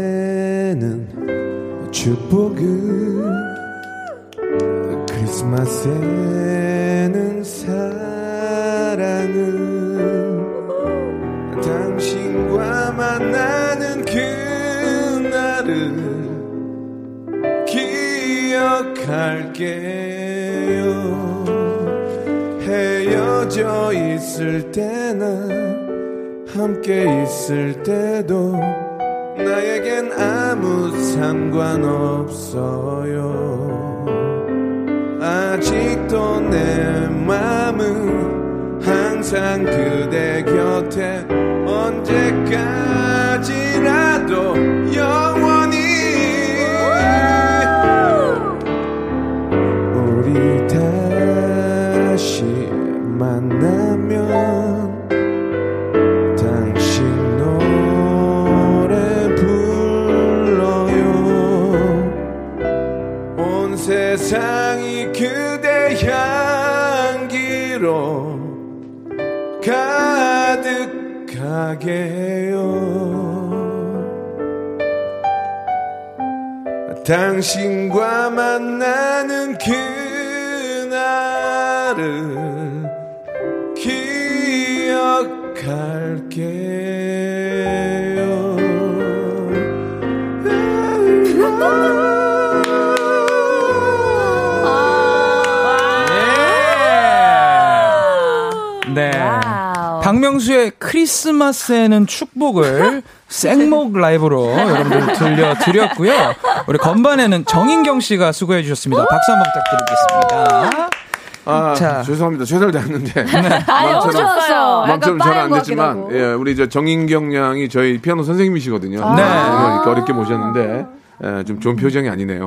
S9: 크리스마스에는 축복을 크리스마스에는 사랑을 당신과 만나는 그날을 기억할게요 헤어져 있을 때나 함께 있을 때도 나에겐 아무 상관없어요 아직도 내 맘은 항상 그대 곁에 언제까지라도 영원히 우리 다시 만나면 당신 노래 불러요 온 세상이 그대 향기로 가득하게요 당신과 만나는 그날을 기억할게요.
S5: 아.
S6: 네. 박명수의 크리스마스에는 축복을 생목 라이브로 여러분들 들려드렸고요. 우리 건반에는 정인경 씨가 수고해 주셨습니다. 박수 한번 부탁드리겠습니다.
S3: 아,
S6: 자.
S3: 죄송합니다. 최선을 다했는데.
S5: 아니
S3: 마음처럼-
S5: 너무 좋았어요
S3: 마음처럼
S7: 빠른
S3: 뭐 저는 안
S7: 것 같기도
S3: 됐지만,
S7: 하고.
S3: 예, 우리 저 정인경 양이 저희 피아노 선생님이시거든요.
S6: 네.
S3: 그러니까 어렵게 모셨는데, 예, 좀 좋은 표정이 아니네요.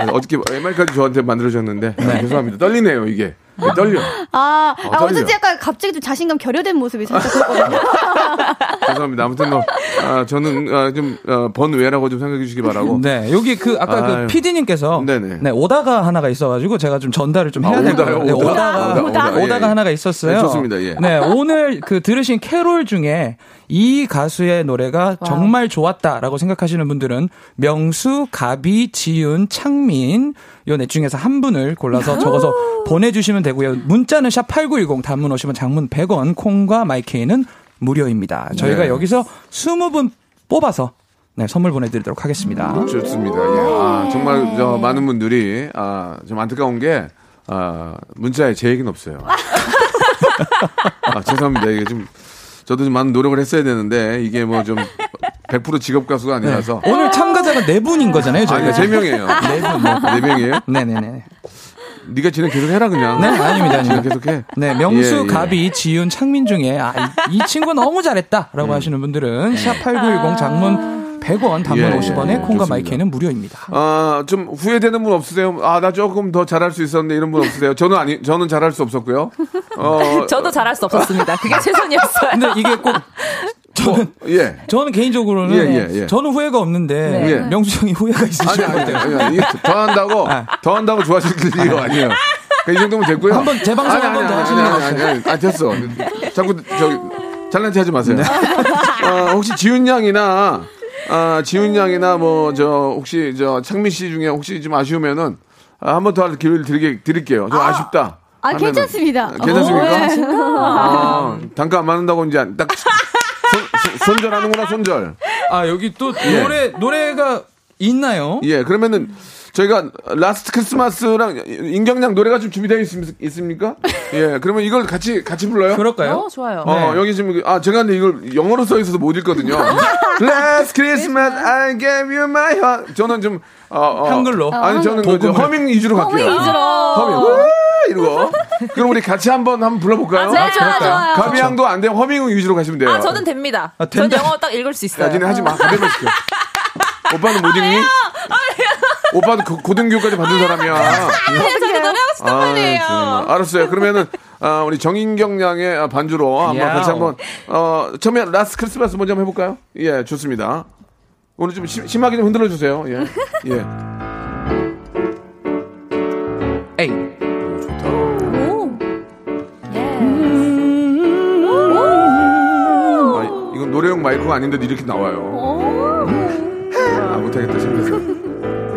S3: 예, 어저께 MR까지 저한테 만들어줬는데, 아, 죄송합니다. 떨리네요, 이게. 예, 떨려.
S7: 아,
S3: 아,
S7: 아 어쩐지
S3: 떨려.
S7: 약간 갑자기 좀 자신감 결여된 모습이 살짝 보였거든요.
S3: 죄송합니다. 아무튼 뭐, 아, 저는 아, 좀, 어, 번외라고 좀 생각해 주시기 바라고.
S6: 네, 여기 그 아까
S3: 아유.
S6: 그 PD님께서
S3: 네네.
S6: 네 오다가 하나가 있어가지고 제가 좀 전달을 좀
S3: 아,
S6: 해야 될 것
S3: 오다요?
S6: 같아요. 네,
S3: 오다?
S6: 오다가
S3: 오다, 오다.
S6: 오다가 네,
S3: 예, 예.
S6: 하나가 있었어요.
S3: 네, 좋습니다. 예.
S6: 네, 오늘 그 들으신 캐롤 중에 이 가수의 노래가 정말 좋았다라고 생각하시는 분들은 명수, 가비, 지윤, 창민 요 넷 중에서 한 분을 골라서 적어서 보내주시면 되고요. 문자는 샵 #8910 단문 오시면 장문 100원 콩과 마이케이는 무료입니다. 저희가
S3: 네.
S6: 여기서 20분 뽑아서 네, 선물 보내드리도록 하겠습니다.
S3: 좋습니다. 예. 아, 정말 저 많은 분들이 아, 좀 안타까운 게 아, 문자에 제 얘기는 없어요. 아, 죄송합니다. 이게 좀 저도 좀 많은 노력을 했어야 되는데 이게 뭐 좀 100% 직업 가수가 아니라서
S6: 네. 오늘 참가자가 네 분인 거잖아요. 저희가
S3: 아니, 그러니까 세 명이에요.
S6: 네 분.
S3: 네 명이에요?
S6: 네네네.
S3: 네가 진행 계속 해라 그냥.
S6: 네, 아닙니다.
S3: 진행
S6: 아닙니다.
S3: 계속해.
S6: 네, 명수,
S3: 예, 예.
S6: 가비, 지윤, 창민 중에 아, 이, 이 친구 너무 잘했다라고 하시는 분들은 샵8910 장문 100원, 단문
S3: 예, 예,
S6: 50원에
S3: 예,
S6: 콩과
S3: 좋습니다.
S6: 마이크는 무료입니다.
S3: 아, 좀 후회되는 분 없으세요? 아, 나 조금 더 잘할 수 있었는데 이런 분 없으세요? 저는 아니, 저는 잘할 수 없었고요. 어,
S5: 저도 잘할 수 없었습니다.
S3: 아.
S5: 그게
S3: 네.
S5: 최선이었어요.
S6: 근데 이게 꼭 저는
S3: 예.
S6: 저는 개인적으로는
S3: 예, 예, 예.
S6: 저는 후회가 없는데
S3: 네. 예.
S6: 명수 형이 후회가
S3: 아니,
S6: 있으신 것
S3: 아니,
S6: 같아요.
S3: 아니, 아니. 이게 더 한다고, 더 한다고 좋아질 일이 아니에요. 그러니까 이 정도면 됐고요.
S6: 한번 재방송
S3: 아니,
S6: 한번
S3: 아니,
S6: 더
S3: 아니,
S6: 하시는
S3: 아니, 아니, 아니, 아니, 됐어. 자꾸, 저기, 잘난 체 하지 마세요.
S6: 네.
S3: 어, 혹시 지훈 양이나, 아, 지훈 양이나 뭐, 저, 혹시, 저, 창민 씨 중에 혹시 좀 아쉬우면은, 아, 한번 더 할 기회를 드리게, 드릴게요. 좀 아, 쉽다
S7: 아, 괜찮습니다.
S3: 괜찮습니까?
S7: 어, 예.
S3: 아, 단가 안 맞는다고 이제 안- 딱, 손- 손- 손절하는구나, 손절.
S6: 아 여기 또
S3: 예.
S6: 노래 노래가 있나요?
S3: 예, 그러면은 저희가 라스트 크리스마스랑 인경양 노래가 좀 준비되어 있습, 니까 예, 그러면 이걸 같이 같이 불러요?
S6: 그럴까요?
S5: 어, 좋아요.
S3: 어,
S6: 네.
S3: 여기 지금 아 제가 근데 이걸 영어로 써 있어서 못 읽거든요. Last Christmas I gave you my heart. 저는 좀 어, 어,
S6: 한글로?
S3: 아니 저는 그
S6: 복음을.
S3: 허밍 위주로 갈게요.
S7: 허밍 위주로.
S3: 허밍. 와, 이러고. 그럼 우리 같이 한번 한번 불러볼까요?
S5: 아, 좋아요, 아, 좋아요.
S3: 가비양도 안 되면 허밍 위주로 가시면 돼요.
S5: 아, 저는 됩니다.
S6: 아,
S5: 전
S6: 된다.
S5: 영어 딱 읽을 수 있어요. 아,
S3: 야, 니네 하지 마. 그대로 시켜. 오빠는 못 읽니? 오빠도 고- 고등교까지 받은 사람이야.
S5: 네, 아, 저도 노래하고 싶단
S3: 아이,
S5: 말이에요.
S3: 정말. 알았어요. 그러면은 아, 우리 정인경 양의 아,
S5: 예.
S3: 반주로 한번
S6: 야오.
S3: 같이 뭐 한번 어, 처음에 라스트 크리스마스 먼저 한번 해볼까요? 예, 좋습니다. 오늘 좀 심, 심하게 좀 흔들어 주세요. 예, 예.
S6: 에이.
S3: 아, 이건 노래용 마이크가 아닌데도 이렇게 나와요. 아, 못하겠다. 힘들어.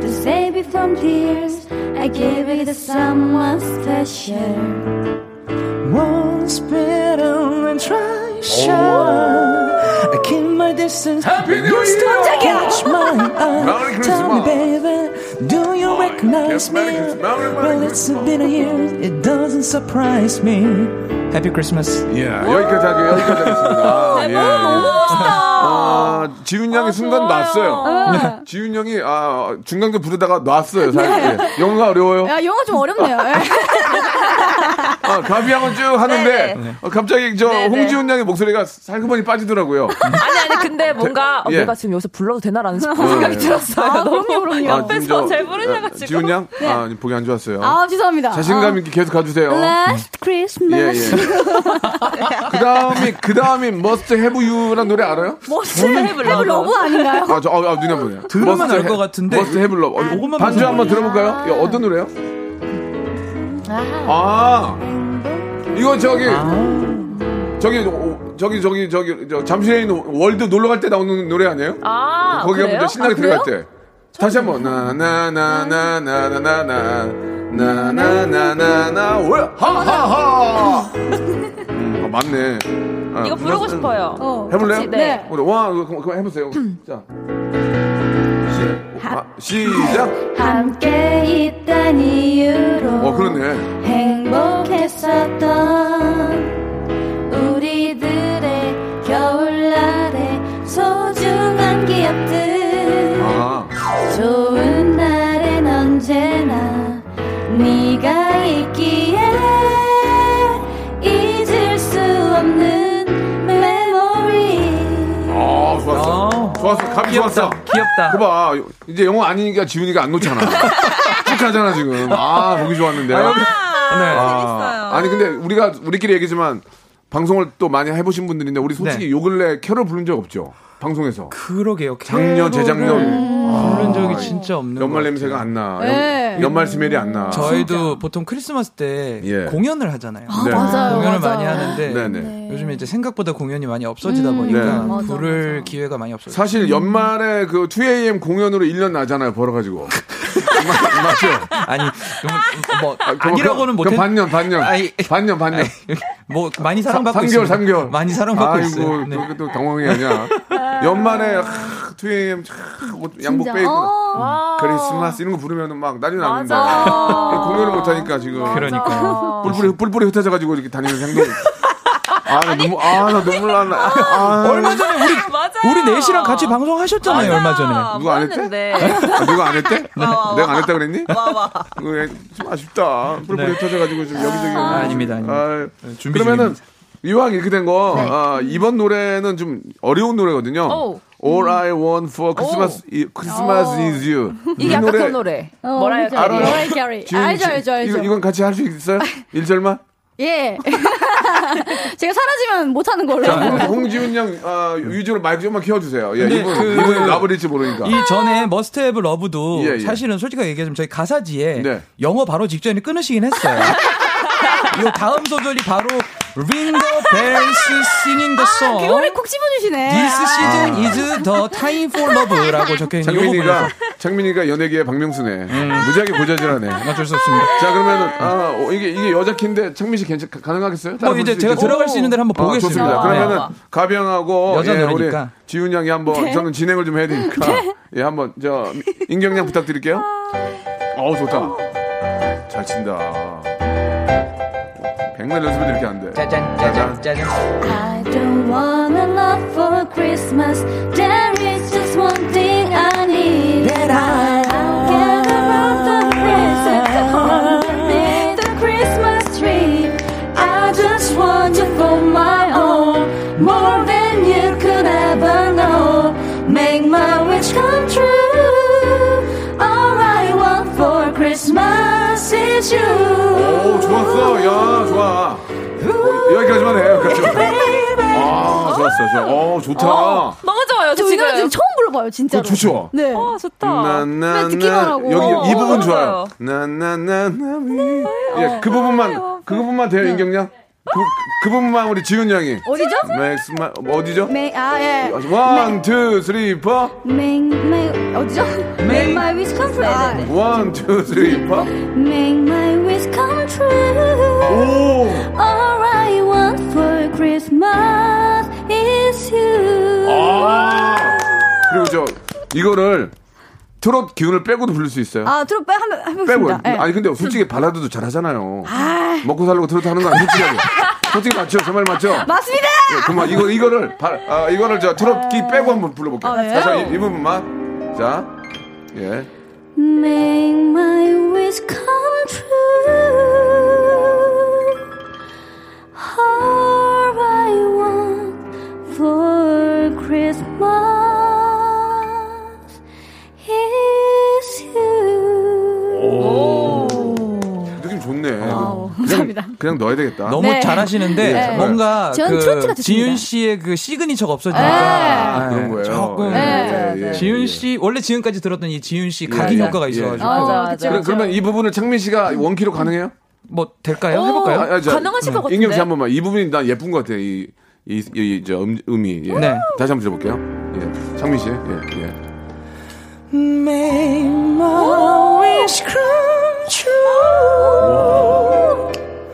S7: to save you from tears, I gave it to someone special.
S6: Once bitter and treasure I keep my distance
S3: Happy New Year!
S6: Catch my eye
S3: Merry
S6: Tell me,
S3: Christmas.
S6: baby, do you
S3: 어,
S6: recognize
S3: yes, Merry
S6: me?
S3: Christmas, Merry, Merry
S6: Well, it's been a year, it doesn't surprise me. Happy Christmas.
S3: 예, 여기까지 하게 여기까지 하겠습니다. 아, 예, 예. 아, 지훈 양이 순간
S5: 아.
S3: 놨어요. 지훈 형이 아, 중간에 부르다가 놨어요. 사실.
S5: 네.
S3: 예. 영어가 어려워요.
S7: 야 영어 좀 어렵네요.
S3: 아, 가비 양은 쭉 하는데 어, 갑자기 저
S5: 네, 네.
S3: 홍지훈 양의 목소리가 살그머니 빠지더라고요.
S5: 아니, 아니, 근데 뭔가, 어,
S3: 예.
S5: 내가 지금 여기서 불러도 되나라는
S3: 예.
S5: 생각이 들었어요. 너무
S7: 그럼요.
S3: 아, 지금
S5: 옆에서
S3: 저,
S5: 잘
S3: 아,
S5: 부르셔가지고. 네.
S3: 지훈 양, 아, 보기 안 좋았어요.
S7: 아 죄송합니다.
S3: 자신감 있게 계속 가주세요.
S7: 어,
S5: 네,
S7: Last
S3: 예,
S7: Christmas.
S3: 예. 그 다음이 그 다음이 머스트 해브 유란 노래 알아요?
S5: 멋을 해보려고.
S7: 러브 아닌가요?
S3: 뭐 아, 저, 아, 아, 눈에 보네요.
S6: 들으면
S3: 머스트
S6: 알것
S3: 해-
S6: 같은데.
S3: 머스트 해블러. 어,
S6: 요것만
S3: 반주
S6: 보면
S3: 한번 들어볼까요? 야, 어떤 노래요? 아, 이거 저기,
S6: 아.
S3: 저기, 오- 저기, 저기, 저기, 저 잠실에 있는 월드 놀러 갈 때 나오는 노래 아니에요?
S5: 아,
S3: 거기 가면
S5: 그래요?
S3: 좀 신나게
S5: 아,
S3: 들어갈
S5: 그래요?
S3: 때. 다시 한 번. 나나나나나나나나나나나나 월 하하하. 음, 아, 맞네. 아,
S5: 이거 부르고
S3: 나-
S5: 싶어요.
S7: 어.
S3: 해볼래요?
S5: 같이, 네.
S3: 우리 와 그거 그거 해보세요. 자. 시, 아, 시작.
S7: 함께 있던 이유로.
S3: 어 그렇네.
S7: 행복했었던 우리들의 겨울날의 소중한 기억들
S3: 아
S7: 좋은 날엔 언제나 네가 있기에 잊을 수 없는 메모리
S3: 아, 좋았어.
S6: 아,
S3: 좋았어. 감이
S10: 귀엽다,
S3: 좋았어. 귀엽다. 그봐. 이제 영어 아니니까 지훈이가 안 놓잖아. 축하잖아 지금. 아 보기 좋았는데.
S10: 아,
S3: 요
S10: 여기-
S6: 네.
S3: 아, 아니 근데 우리가 우리끼리 얘기지만 방송을 또 많이 해보신 분들인데 우리 솔직히
S6: 네.
S3: 요 근래 캐롤 부른 적 없죠? 방송에서.
S10: 그러게요.
S3: 작년 재작년
S6: 음, 부른 적이 진짜 없는
S3: 연말
S6: 것
S3: 냄새가 안 나. 연-
S10: 네.
S3: 연말 스멜이 안 나.
S6: 저희도 보통 크리스마스 때
S3: 예.
S6: 공연을 하잖아요.
S3: 아, 네. 맞아요,
S6: 공연을
S3: 맞아요.
S6: 많이 하는데
S3: 네네.
S6: 요즘에 이제 생각보다 공연이 많이 없어지다
S3: 음.
S6: 보니까
S3: 네. 맞아,
S6: 부를 기회가 많이 없어요.
S3: 사실 연말에 그 2AM 공연으로 1년 나잖아요. 벌어가지고. 마- 맞죠?
S6: 아니 뭐
S3: 그럼-
S6: 아니라고는
S3: 그럼
S6: 못했
S3: 반년 반년 반년 반년
S6: 뭐 많이 사랑받고
S3: 3개월
S6: 있어요.
S3: 3개월
S6: 많이 사랑받고 있어요. 네.
S3: 아이고 그렇게 또 당황해 하냐 연말에 하, 2AM 하, 옷 양복
S10: 아. 진짜.
S3: 빼입고
S10: 어. 와.
S3: 크리스마스 이런 거 부르면 막 난리 나는데
S10: 맞아.
S3: 공연을 못 하니까 지금
S10: 그러니까요.
S3: 뿔뿔이 뿔뿔이 흩어져 가지고 이렇게 다니는 행동 아나 눈물 아나 눈물 나네 아,
S6: 얼마 전에 우리 우리 넷이랑 같이 방송하셨잖아요. 얼마 전에
S3: 누가 안 했대? 아, 누가 안 했대? 내가 안 했다 그랬니? 이거 애- 좀 아쉽다. 뿔뿔이
S6: 네.
S3: 흩어져가지고 좀 여기저기. 뭐.
S6: 아, 아닙니다, 아닙니다.
S3: 아,
S6: 준비
S3: 그러면은 이왕 이렇게 된 거, 아, 이번 노래는 좀 어려운 노래거든요.
S5: 오.
S3: All I Want for Christmas, i- Christmas is You.
S5: 이게 아까 그 노래.
S11: 어,
S7: 어,
S5: 뭐라
S3: 알아?
S11: 뭐라요, 캐리?
S3: 지금
S11: 알죠,
S3: 지-
S11: 알죠, 알죠.
S3: 이거- 이건 같이 할 수 있어요? 1절만?
S11: 예. 제가 사라지면 못하는 걸로.
S3: 자,
S4: 네.
S3: 네. 홍- 홍지훈 양, 아, 유주로 마이크 좀만 키워주세요. 예,
S6: 근데
S3: 이분,
S6: 그-
S3: 이분이 나버릴지 모르니까.
S6: 이 전에 머스트 앱 러브도
S3: 아. 예, 네. 예.
S6: 사실은 솔직하게 얘기하자면 저희 가사지에 영어 바로 직전에 끊으시긴 했어요. 이 다음 소절이 바로 Ring the bells singing the song.
S3: 어?
S11: 그거를 콕 집어주시네.
S6: This
S11: 아.
S6: season is the time for love라고 적혀 있는
S3: 장민이가 장민이가 연예계의 박명수네.
S6: 음.
S3: 무지하게 고자질하네.
S6: 어쩔 수 없습니다.
S3: 자 그러면은 아 어, 이게 이게 여자 키인데 창민 씨 괜찮 가- 가능하겠어요?
S6: 뭐 이제 제가 들어갈 수 있는 데를 한번 보겠습니다.
S3: 좋습니다.
S6: 네.
S3: 그러면은 가병하고
S6: 여자
S3: 예, 우리
S6: 노래니까.
S3: 지훈 양이 한번
S6: 네.
S3: 저는 진행을 좀 해야 되니까 예 한번 저 인경 양 부탁드릴게요.
S6: 아.
S3: 어우 좋다. 잘 친다. 백날 연습해도 이렇게 안 돼.
S6: 짜잔
S3: 짜잔
S7: I don't wanna love for Christmas. There is just one thing I need. That I get around the present underneath the Christmas tree. I just want you for my own, more than you could ever know. Make my wish come true. All I want for Christmas is you.
S3: 오 좋았어. 야 좋아. 어, 여기까지만 해. 여기까지만. 해.
S6: 네.
S3: 아 좋았어 좋아. 어 좋다.
S5: 너무 좋아요. 저
S11: 저이
S5: 지금.
S11: 노래 지금 처음 불러봐요, 진짜로.
S3: 어, 좋죠?
S11: 네. 아,
S3: 음,
S5: 좋다.
S3: 나나나
S11: 네, 듣기만 하고.
S3: 여기 이
S11: 어, 네,
S3: 부분
S11: 맞아요.
S3: 좋아요. 나나나나 위.
S11: 어,
S3: 예, 그
S11: 네,
S3: 부분만 그 부분만 돼요, 인경 양. 그, 그 부분만 우리 지훈 양이.
S11: 어디죠?
S3: 맥스마 어디죠?
S11: 메, 아, 예.
S3: 원, 투, 쓰리, 포.
S7: Make my 어디죠? Make my wish come true.
S3: 아,
S4: 네.
S11: 네.
S3: 네. 원, 투, 쓰리, 포.
S7: Make my wish come true. All I want for Christmas is you.
S3: 아. 그리고 저 이거를 트롯 기운을 빼고도 부를 수 있어요.
S11: 아, 들어 빼, 한번
S3: 빼고.
S11: 해보겠습니다. 예.
S3: 아니 근데 솔직히 발라드도 잘하잖아요. 먹고 살려고 트롯 하는 거 아니에요, 솔직하게. 솔직히 맞죠? 저 말 맞죠?
S11: 맞습니다!
S3: 예, 그만 이거 이거를 바, 아, 이거를 저 트롯기 빼고 한번 불러볼게요.
S5: 네?
S7: 아, 예?
S3: 자, 이, 이 부분만 자 예.
S7: Make my wish come true. All I want for Christmas is you.
S3: 느낌
S5: 아,
S3: 좋네.
S7: 감사합니다.
S3: 그냥 넣어야 되겠다.
S6: 너무 잘하시는데
S3: 네.
S6: 뭔가
S3: 저는 트로트가 좋습니다.
S6: 그 지윤 씨의 그 시그니처가 없어지니까 네.
S3: 아, 그런 거예요.
S6: 조금
S5: 네.
S3: 예, 예, 예,
S6: 지윤 씨 원래 지금까지 들었던 이 지윤 씨 각인 효과가 있어가지고
S5: 아,
S3: 그래, 그러면 이 부분을 창민 씨가 원키로 가능해요? 아,
S6: 뭐 될까요? 해볼까요?
S3: 어.
S5: 가능하실 것
S3: 인경 음. 씨
S5: 같은데?
S3: 한 번만. 이 부분이 난 예쁜 것 같아. 이, 이, 이, 저 음, 음이. 예.
S6: 네.
S3: 다시 한번 들어볼게요. 예. 창민 씨. 예, 예.
S10: Make my
S3: 예.
S10: wish come true.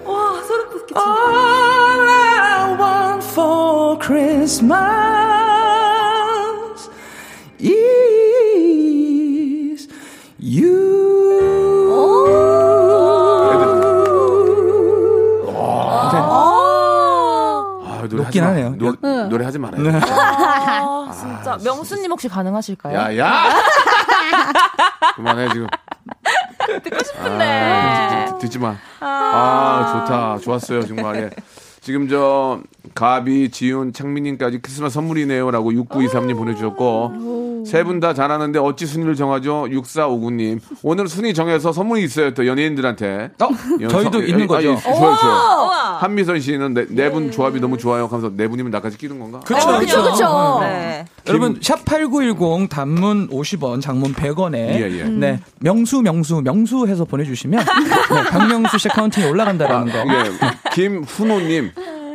S10: 와, 소름 끼치다. All I want for Christmas is
S3: 아, 노래 하지
S6: 높긴
S3: 마.
S6: 하네요.
S3: 노,
S5: 응.
S3: 노래 하지 말아요.
S5: 아, 진짜 명수님 혹시 가능하실까요? 아,
S3: 야, 야! 그만해, 지금.
S5: 아.
S3: 듣고 싶은데. 듣지 마. 아, 좋다. 좋았어요, 아, 정말. 예. 지금 저 가비, 지훈, 창민님까지 크리스마스 선물이네요라고 6923님 보내주셨고 세 분 다 잘하는데 어찌 순위를 정하죠? 6459님 오늘 순위 정해서 선물이 있어요 또 연예인들한테. 연-
S6: 어? 저희도
S3: 선-
S6: 있는
S3: 아니,
S6: 거죠?
S3: 아니, 좋아요,
S6: 어,
S3: 좋아요.
S5: 우와.
S3: 한미선 씨는 네 분 조합이 너무 좋아요. 하면서 네 분이면 나까지 끼는 건가?
S6: 그쵸,
S3: 아,
S6: 그쵸, 어, 그쵸.
S5: 네.
S6: 여러분 샵8910 단문 50원, 장문 100원에
S3: 예, 예.
S6: 네. 명수 명수 명수 해서 보내 주시면 네, 박명수 씨 카운팅이 올라간다라는 거.
S3: 예. 김훈호님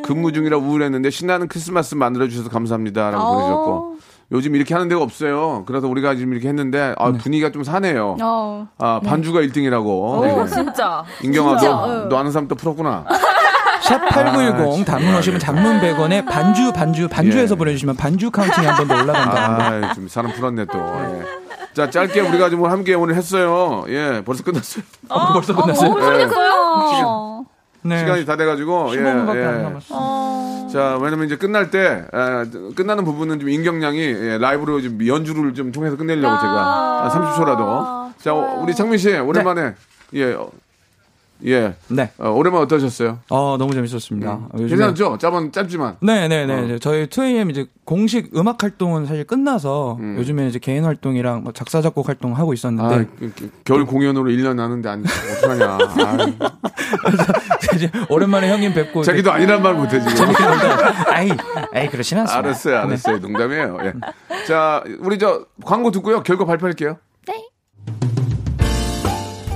S3: 근무 중이라 우울했는데 신나는 크리스마스 만들어 주셔서 감사합니다라고
S11: 어.
S3: 보내주셨고 요즘 이렇게 하는 데가 없어요. 그래서 우리가 지금 이렇게 했는데 아, 분위기가 좀 사네요.
S11: 어.
S3: 아 반주가
S6: 어,
S3: 1등이라고. 네.
S5: 오, 진짜.
S3: 인경아
S5: 진짜,
S3: 너,
S5: 응.
S3: 너 아는 사람 또 풀었구나. 예. 아,
S6: 샵8910
S3: 진짜. 예.
S6: 단문 오시면 장문 100원에 반주 반주 반주에서 보내 주시면 반주 카운팅이 한 번 더 올라간다.
S3: 아, 좀 사람 풀었네 또. 예. 자 짧게 우리가 지금 함께 오늘 했어요. 예 벌써 끝났어요.
S6: 벌써
S11: 어, 벌써
S6: 네.
S3: 예.
S11: 끝났어요.
S3: 시간이 다 돼가지고 예,
S6: 15분밖에 안
S3: 예.
S6: 남았어.
S3: 자 왜냐면 이제 끝날 때 에, 끝나는 부분은 좀 인경량이 예, 라이브로 좀 연주를 좀 통해서 끝내려고 제가 아, 30초라도 자 어, 우리 창민 씨 오랜만에 예 어, 예.
S6: 네.
S3: 어, 오랜만에 어떠셨어요?
S6: 어, 너무 재밌었습니다. 요즘에-
S3: 음. 괜찮죠? 짧은 짧지만.
S6: 네, 네,
S3: 어.
S6: 네. 저희 2AM 이제 공식 음악 활동은 사실 끝나서 요즘에 이제 개인 활동이랑 뭐 작사 작곡 활동 하고
S3: 음. 아,
S6: 있었는데
S3: 그- 그- 겨울 공연으로 1년 하는데 안 어떡하냐. 아유,
S6: 오랜만에 형님 뵙고 이제
S3: 자기도 아니란 말 못해 지금.
S6: 재밌게 놀다. 아이, 아이 그러시나?
S3: 알았어요, 알았어요.
S6: 네.
S3: 농담이에요. 예. 자, 우리 저 광고 듣고요. 결과 발표할게요. 네.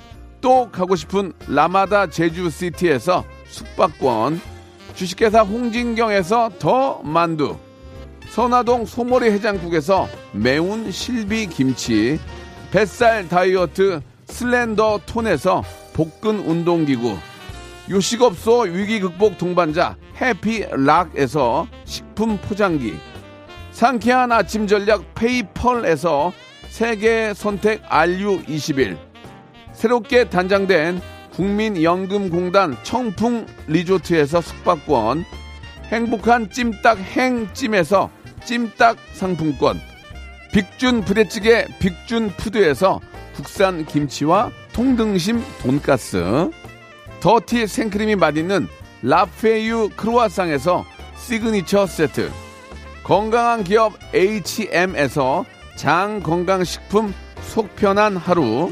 S3: 또 가고 싶은 라마다 제주시티에서 숙박권 주식회사 홍진경에서 더 만두 선화동 소머리 해장국에서 매운 실비 김치, 뱃살 다이어트 슬렌더 톤에서 복근 운동기구, 요식업소 위기 극복 동반자 해피락에서 식품 포장기, 상쾌한 아침 전략 페이펄에서 세계 선택 RU21, 새롭게 단장된 국민연금공단 청풍 리조트에서 숙박권, 행복한 찜닭 행찜에서 찜닭 상품권 빅준 부대찌개 빅준 푸드에서 국산 김치와 통등심 돈가스 더티 생크림이 맛있는 라페유 크로아상에서 시그니처 세트 건강한 기업 HM에서 장 건강식품 속편한 하루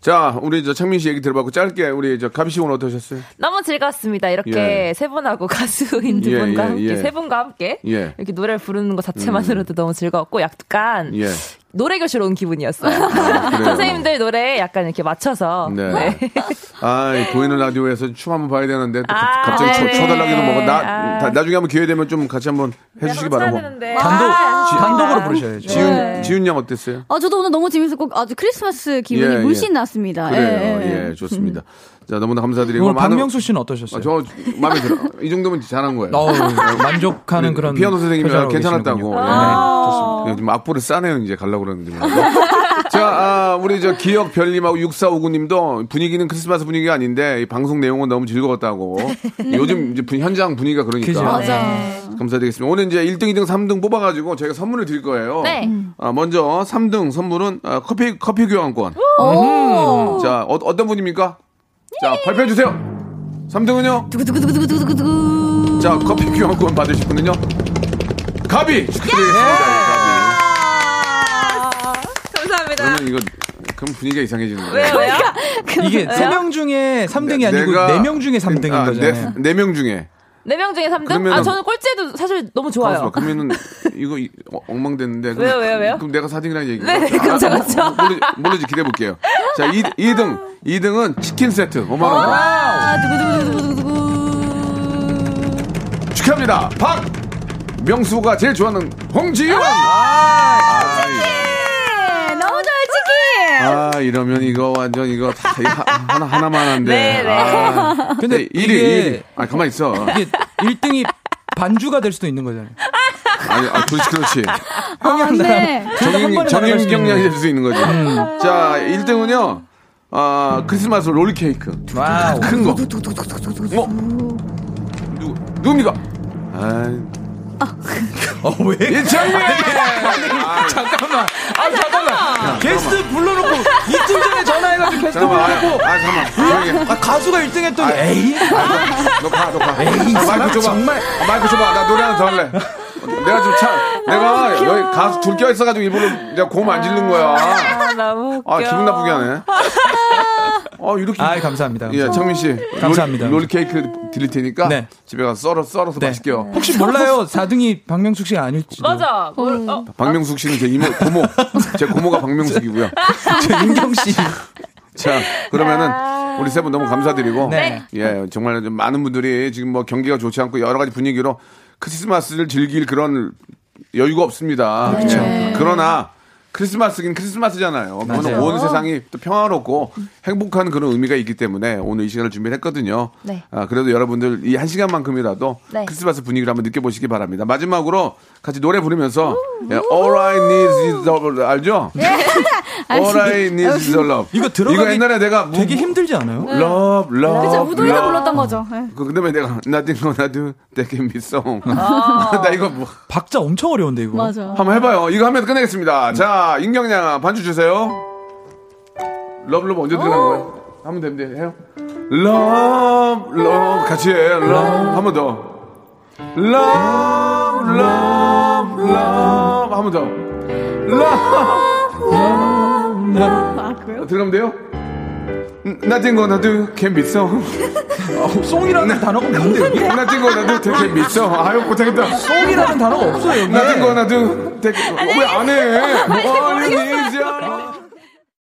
S3: 자 우리 저 창민 씨 얘기 들어봤고 짧게 우리 저 가비 씨 오늘 어떠셨어요?
S5: 너무 즐거웠습니다. 이렇게
S3: 예.
S5: 세 분하고 가수인 두
S3: 예,
S5: 분과
S3: 예,
S5: 함께
S3: 예.
S5: 세 분과 함께
S3: 예. 음.
S5: 이렇게 노래를 부르는 것 자체만으로도 너무 즐거웠고 약간
S3: 예.
S5: 노래교실 온 기분이었어요.
S3: 그래요?
S5: 아, 선생님들 노래에 약간 이렇게 맞춰서.
S3: 네.
S5: 네.
S3: 아, 이 보이는 라디오에서 춤 한번 봐야 되는데 또 가- 갑자기
S5: 아, 네네.
S3: 쳐, 달라기도 뭐고 나
S5: 아.
S3: 다- 나중에 한번 기회 되면 좀 같이 한번
S5: 네,
S3: 해주시기 바라고.
S11: 단독- 아,
S3: 지-
S11: 단독으로
S6: 부르셔야죠.
S3: 지훈
S11: 네.
S3: 지훈 양 어땠어요?
S11: 아, 저도 오늘 너무 재밌었고 아주 크리스마스 기분이
S3: 예, 예.
S11: 물씬
S5: 네.
S11: 났습니다.
S3: 그래요. 예, 좋습니다.
S5: 음.
S3: 자, 너무나 감사드리고
S6: 오늘
S3: 많은-
S6: 박명수 씨는 어떠셨어요?
S3: 아, 저 마음에 들어. 이 정도면 잘한 거예요. 아,
S6: 어우, 만족하는
S3: 우리
S6: 그런
S3: 네, 피아노 선생님이
S6: 표정을 하고
S3: 괜찮았다고. 예.
S6: 계시는군요.
S11: 아.
S3: 예, 지금 앞으로 싸네요 이제 가려고 그러는데. 뭐. 자, 아, 우리 저 기억 별님하고 6459님도 분위기는 크리스마스 분위기가 아닌데 이 방송 내용은 너무 즐거웠다고. 요즘 이제 분- 현장 분위기가 그러니까.
S6: 그죠. 맞아요.
S3: 감사드리겠습니다. 오늘 이제 1등, 2등, 3등 뽑아가지고 저희가 선물을 드릴 거예요.
S5: 네.
S3: 아, 먼저 3등 선물은 아, 커피 커피 교환권.
S11: 오.
S3: 자, 어, 어떤 분입니까? 자, 발표해 주세요. 3등은요?
S11: 두구두구두구두구두구.
S3: 자, 커피 교환권 받으실 분은요? 가비 축하드리겠습니다. 예,
S5: 아, 감사합니다.
S3: 그러면 그러니까 이거 그럼 분위기가 이상해지는 거예요.
S5: 왜요, 왜요?
S6: 네, 이게
S5: 왜요?
S6: 세 명 중에 3등이 그러니까 아니고
S3: 내가-
S6: 네 명 중에 3등인
S3: 아,
S6: 거잖아요.
S3: 네, 네명 중에.
S5: 네 명 중에 3등?
S3: 그러면은-
S5: 아, 저는 꼴찌도 사실 너무
S3: 가만있어 봐.
S5: 좋아요.
S3: 그러면은 이거 이- 어, 엉망됐는데. 그럼-
S5: 왜요, 왜요, 왜요?
S3: 그럼 내가 4등이랑 얘기해. 아, 뭐,
S5: 네, 네, 그렇죠, 그렇죠.
S3: 모르지, 모르지 기대해 볼게요. 자, 2, 이등이등은 치킨 세트 5만 원.
S11: 아, 두구두구두구두구두구.
S3: 축하합니다. 박 명수가 제일 좋아하는 홍지윤. 아,
S5: 네,
S11: 예, 너무 좋아요, 치킨.
S3: 아, 이러면 이거 완전 이거 다 이- 하- 하나 하나만 한데.
S11: 네, 네.
S3: 아,
S6: 근데
S3: 1위
S6: 이게-
S3: 1위. 아, 가만 히 있어.
S6: 이게 1등이 반주가 될 수도 있는 거잖아요.
S3: 아니, 아, 그렇지, 그렇지.
S11: 아, 안 돼.
S6: 그러니까
S3: 정인, 정인 경량이 될 수 있는 거지.
S6: 음.
S3: 자, 1등은요, 아, 크리스마스 롤케이크.
S6: 와우.
S3: 큰 거. 어? 누구, 누굽니까? 아,
S6: 어, 왜?
S3: 이창민!
S6: 아, 잠깐만. 아, 잠깐만. 게스트 불러놓고 이틀 전에 전화해가지고 게스트
S3: 잠깐만, 아,
S6: 불러놓고.
S3: 아, 잠깐만. 조용히 해.
S6: 아, 가수가 1등 했더니
S3: 아,
S6: 에이?
S3: 너 가, 너 가.
S6: 에이,
S3: 아, 마이크 줘봐.
S6: 정말.
S3: 아, 마이크 줘봐. 나 노래 하나 더 할래. 내가 좀 차, 내가
S6: 아,
S3: 여기 가수 줄 껴있어가지고 일부러 내가 고음 안 지르는 거야.
S5: 아, 너무 웃겨.
S3: 아, 기분 나쁘게 하네. 아, 이렇게.
S6: 아, 감사합니다. 감사합니다.
S3: 예, 창민 씨.
S6: 감사합니다.
S3: 롤, 케이크 드릴 테니까
S6: 네.
S3: 집에 가서 썰어 썰어서
S6: 네.
S3: 맛있게요.
S6: 혹시 몰라요. 4등이 박명숙 씨가 아닐지도.
S5: 맞아. 뭘- 어,
S3: 박명숙 씨는 제 이모 고모. 제 고모가 박명숙이고요.
S6: 저 윤경 씨.
S3: 자, 그러면은
S5: 아.
S3: 우리 세 분 너무 감사드리고
S6: 네.
S3: 예, 정말 좀 많은 분들이 지금 뭐 경기가 좋지 않고 여러 가지 분위기로 크리스마스를 즐길 그런 여유가 없습니다.
S5: 네.
S3: 예. 그러나 크리스마스긴 크리스마스잖아요. 그거는
S6: 맞아요.
S3: 온 세상이 또 평화롭고 행복한 그런 의미가 있기 때문에 오늘 이 시간을 준비를 했거든요.
S5: 네.
S3: 아, 그래도 여러분들 이 한 시간만큼이라도
S5: 네.
S3: 크리스마스 분위기를 한번 느껴보시기 바랍니다. 마지막으로 같이 노래 부르면서 예, All I Need Is Love 알죠? All I Need Is Love
S6: 이거 들어가기
S3: 이거 옛날에 내가 무-
S6: 되게 힘들지 않아요?
S3: 러브 러브
S11: 그쵸, 우도에서 불렀던 거죠. 예.
S3: 그 그다음에 내가 Nothing Gonna Do That Can Be Song
S11: 아.
S3: 나 이거 뭐
S6: 박자 엄청 어려운데 이거.
S11: 맞아.
S3: 한번 해봐요 이거 하면 끝내겠습니다 자 인경양 반주 주세요 러브 러브 언제 들어간 거예요? 하면 됩니다 해요 러브 러브 같이 해 러브 한번 더 러브 러브 러브 한번 더 러브
S11: 아, 그래요?
S3: 들어가면 돼요? Nothing Gonna Do Can Be Song
S6: 송이라는 단어가 뭔데 여기?
S3: 나진 거 나도 되게 믿어. 아유 못하겠다.
S6: 네. 송이라는 단어가 없어요 여기.
S3: 뭐 나진 거 나도 되게 왜안 해?